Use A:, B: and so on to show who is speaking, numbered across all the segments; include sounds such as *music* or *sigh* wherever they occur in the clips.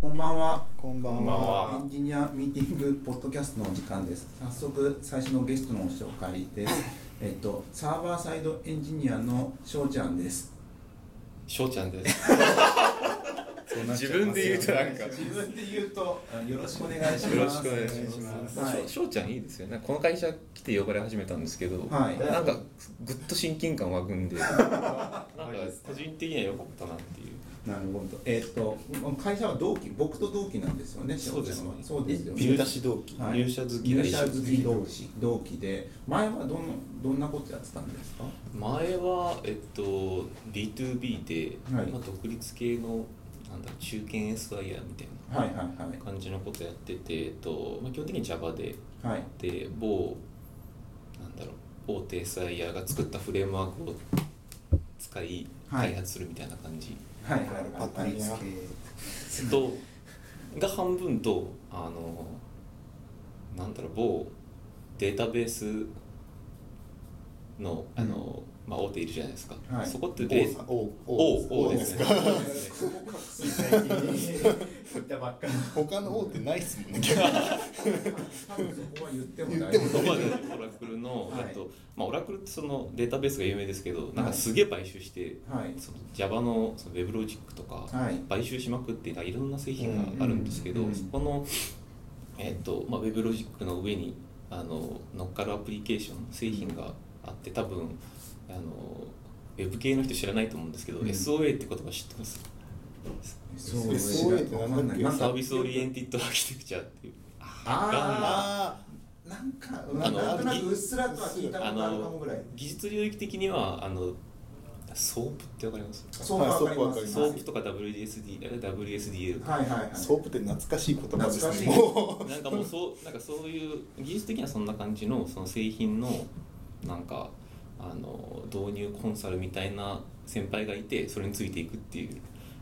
A: こんばんは。
B: こんば
C: こん
B: ん
C: ばん
B: は。
C: は
A: エンジニアミーティングポッドキャストの時間です。早速最初のゲストの紹介です。えっとサーバーサイドエンジニアのしょうちゃんです。
C: 翔ちゃんです。
B: そうなっ
C: *laughs*
B: ちゃ
C: 自分で言うと
B: いますよね
C: なんか
A: 自分で言うとあよろしくお願いします。
C: よろしくお願いし
B: ます
A: はい
C: ます。翔、ちゃんいいですよね。この会社来て汚れ始めたんですけど、
A: はい
C: なんかぐっと親近感湧くん
A: *laughs*
C: で、なんか個人的には良かったなっていう。
A: なるほど。えっと会社は同期、僕と同期なんですよね。しょちゃんは
C: そ
A: そうですよね。
C: 入社し同期、
A: はい
C: 入社好きが
A: 入
C: 一
A: 社
C: 緒
A: 好き同士同期で前はどのどんなことやってたんですか。
C: 前はえっと B2B で、
A: はい
C: まあ独立系のなんだ中堅 SIR みたい
A: はいはい
C: な感じのことやってて、えっとまあ基本的に Java で
A: はいはい
C: で某なんだろう大手 SIR が作ったフレームワークを使い
A: はい
C: 開発するみたいな感じ
A: はい
B: あのパ
A: は
B: タ
A: い
B: ーン系。
C: と、が半分とあのなんだろう某データベースのあの、まあ、大手いるじゃないですか、
A: はい
C: そこってデー
B: おお
C: おおですね
B: か。
A: 最近言ったばっかり。
B: 他の王ってないっすもんね。逆に
A: 多分そこは言っても大
B: 言
A: 丈
B: って
C: そ
A: 夫。
C: こはオラクルの、
A: はい
C: あとまあ、オラクルってそのデータベースが有名ですけどなんかすげえ買収して、
A: はい
C: その Java のその WebLogic とか、
A: はい
C: 買収しまくってなんかいろんな製品があるんですけ
A: う
C: ど、
A: んうんうん
C: そこの、えっとまあ、WebLogic の上にあの乗っかるアプリケーション製品があって多分あの Web 系の人知らないと思うんですけど、
A: うん
C: SOA って言葉知ってます
A: そうです
B: そうや
A: わかんない。なん
C: サ
A: か
C: ービスオリエンティッドアーキテクチャっていう
A: あ
B: あ
A: ーなんか
C: あの
A: なんとなくうっすらとは聞いたことあるかもぐらい。
C: 技術領域的にはあのソープってわかります
A: そうわかりま
B: あ
A: す。
C: ソ
A: は
C: ープとか WSD WSDL とか
A: いはいはい
B: あ。。ソープって懐かしい言葉ですね。
A: 懐
B: も
C: なんかもうそうなんかそういう技術的にはそんな感じのその製品のなんかあの導入コンサルみたいな先輩がいてそれについていくっていう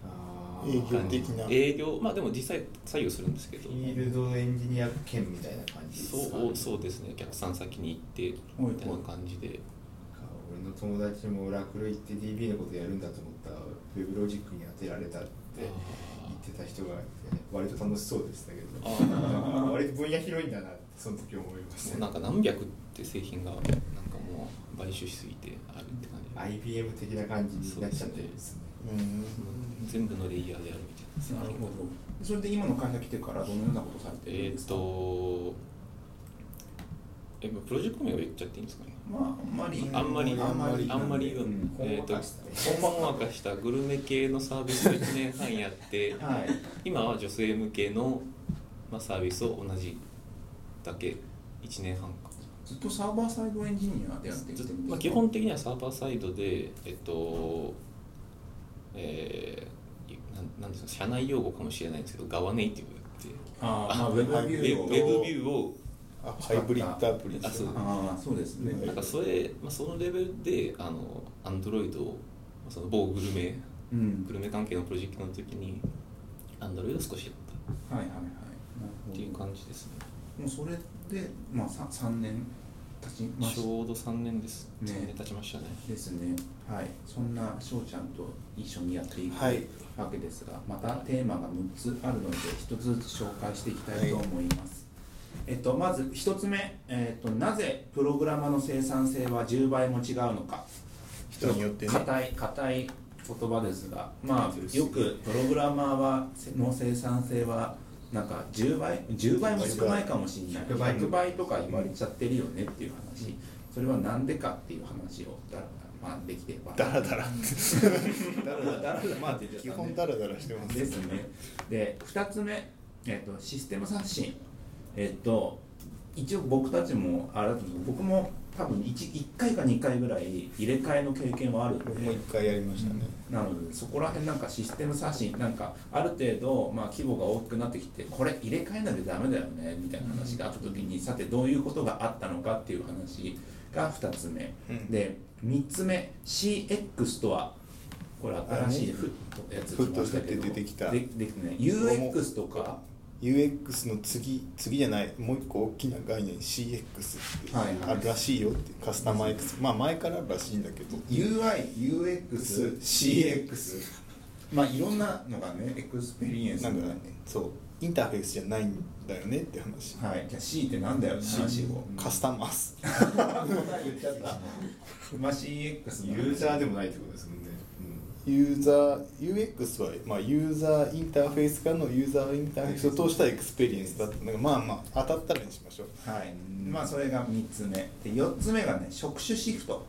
D: あ
B: 営業
D: ー
C: 感じ
B: 的な
C: 営業まあでも実際作業するんですけど
D: フィールドエンジニア兼みたいな感じですかね
C: そうそうですねお客さん先に行ってみたいな感じで
D: なんか俺の友達もオラクル行って DB のことやるんだと思ったらウェブロジックに当てられたって言ってた人がいて割と楽しそうでしたけ
C: あ
D: ど
C: ー
D: なんか割と分野広いんだなってその時思いまし
C: もうな
D: たね
C: んか何百って製品がなんかもう買収しすぎてあるって感じ
D: IBM 的な感じになっちゃってるんですね
B: ううん。
C: 全部のレイヤーでやるみたいな
A: なるほど。それで今の会社来てからどのようなことされてるん
C: え
A: で
C: ーっ
A: すか。
C: とえプロジェクト名を言っちゃっていいんですかね
A: まああんまり
C: あんまり
A: あんまり
C: あんまり、
A: は
C: うん
D: うん
C: えーっと
D: ほんわかしたね
C: ほんわかしたグルメ系のサービスを1年半やって
A: い
C: 今は女性向けの、まあ、サービスを同じだけ1年半か
A: ずっとサーバーサイドエンジニアでやってきてるんですか。
C: まあ、基本的にはサーバーサイドでえっとえー、なんなんですか社内用語かもしれないんですけど側ネイティブって
A: あーまあウェブビュ
C: ウェ
A: ー
C: ブ
A: を
C: ウェブビューを
B: あハイブリッドアプリ
C: あそう
A: ああそうですね。
C: なんかそれ、まあ、そのレベルであのアンドロイドをその某グルメ
A: うん
C: グ。ルメ関係のプロジェクトの時にアンドロイド少しやっ
A: はいはいはい。
C: たっていう感じですね、
A: もうそれでまあ三三年経ちま
C: ち
A: し
C: ょうど3年です、
A: ね
C: 3年経ちましたね
A: ですね。はい。そんなしょうちゃんと一緒にやっていく
B: はい
A: わけですが、またテーマが六つあるので一つずつ紹介していきたいと思います。えっとまず一つ目、えっとなぜプログラマの生産性は10倍も違うのか。
B: 人によってね。
A: 硬い硬い言葉ですがまあよくプログラマーはの生産性はなんか10倍10倍も少ないかもしれない
D: 100倍
A: 100倍とか言われちゃってるよねっていう話それはなんでかっていう話をだ、まあ、できれば
B: ダラダラ。ダラダラ。まあ基本ダラダラしてます。
A: ですね。で2つ目、えっとシステム刷新、えっと一応僕たちもあれだと思うんですけど僕も多分 1, 回か2回ぐらい入れ替えの経験はあるんで
B: 僕も一回やりましたね。
A: なのでそこら辺なんかシステム刷新なんかある程度まあ規模が大きくなってきてこれ入れ替えなきゃダメだよねみたいな話があった時にさてどういうことがあったのかっていう話が2つ目
B: うん
A: で3つ目 CX とはこれ新しいフットやつ
B: フットしたって出てきた
A: ででね UX とか
B: UX の次次じゃないもう一個大きな概念 CX って
A: はいはい
B: あるらしいよってカスタマー X まあ前からあるらしいんだけど
A: UIUXCX
B: CX
A: まあいろんなのがねエクスペリエンス
B: なん
A: が
B: かねそうインターフェースじゃないんだよねって話、
A: はい、じゃあ C ってなんだよって話を
B: カスタマース
A: 言っちゃった馬 CX
D: ユーザーでもないってことですもんね、
B: ユーザー UX は、まあ、ユーザーインターフェースからのユーザーインターフェースを通したエクスペリエンスだったのがまあまあ当たったらにしましょう
A: はい、まあそれが3つ目で4つ目がね職種シフト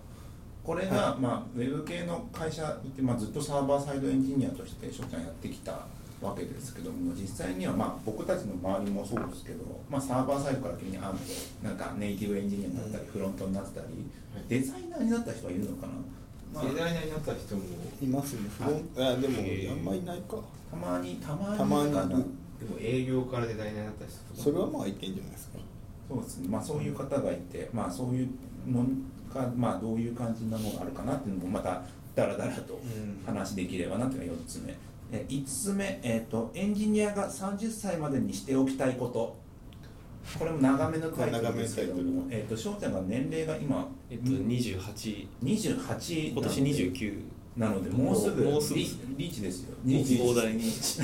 A: これが、
B: は
A: まあ、ウェブ系の会社行って、まあ、ずっとサーバーサイドエンジニアとして所長やってきたわけですけども実際には、まあ、僕たちの周りもそうですけど、まあ、サーバーサイドから急にあなんかネイティブエンジニアになったり、フロントになったりデザイナーになった人はいるのかな、まあ
D: うんデザイナーになった人も
B: いますねフロンあでも
C: へー
B: あんまいないか
A: たまにたまに
B: たまに
A: いるかな
D: でも営業からデザイナーになった人とか
B: それはまあいけんじゃないですか
A: そうですね、まあ、そういう方がいて、まあ、そういうのか、まあ、どういう感じなのがあるかなっていうのもまただらだらと
B: うん
A: 話できればなっていうのが4つ目え5つ目、えーと「エンジニアが30歳までにしておきたいこと」これも長めのタイトルですけど
B: 長めの
A: も、えー、と翔ちゃんが年齢が今
C: えっと28
A: 28
C: 今年29
A: なのでもうすぐ
C: もうすぐ
A: リリーチですよ
C: もう膨大に
D: いいって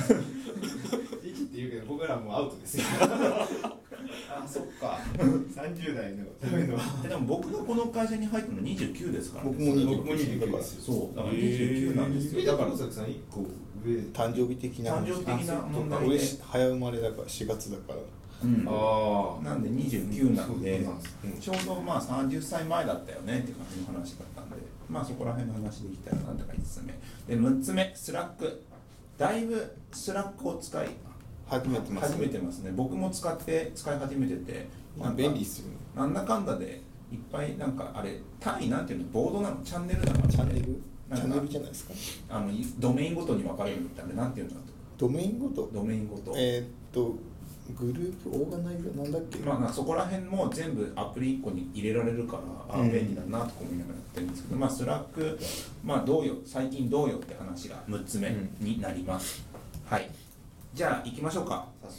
D: 言うけど僕らもうアウト *laughs* ですよ
A: あそっか
D: 30代のための
A: えでも僕がこの会社に入ったの29ですから、ね、
B: 僕も
D: 僕も29ですよ
A: そうだから29なんですよだ
D: だ
A: か
D: かららさん一個上
B: 誕生日的な
A: 誕生日的な問題で
B: 俺、早生まれだから4月だから
A: うん、
D: あ
A: なんで29なんで
D: そうなんです
B: うん
A: ちょうどまあ30歳前だったよねって感じの話だったんでまあそこら辺の話できたらなんとか5つ目で6つ目スラックだいぶスラックを使い
B: 初めてます
A: 始めてますね僕も使って使い始めてて
B: まあ
A: なんか
B: 便利っすよね
A: なんだかんだでいっぱいなんかあれ単位なんていうのボードなのチャンネルなの
B: チャンネル
A: なんか
B: チャンネルじゃないですか
A: あのいドメインごとに分かれるみたいななんていうんだと
B: ドメインごと
A: ドメインごと
B: えーっとグループオーガナイズなんだっけ、
A: まあ、そこら辺も全部アプリ1個に入れられるからあ
B: うん
A: 便利だなとか思いながらやってるんですけど、まあ、スラック、まあ、どうよ最近どうよって話が6つ目になります、はいじゃあ行きましょうか早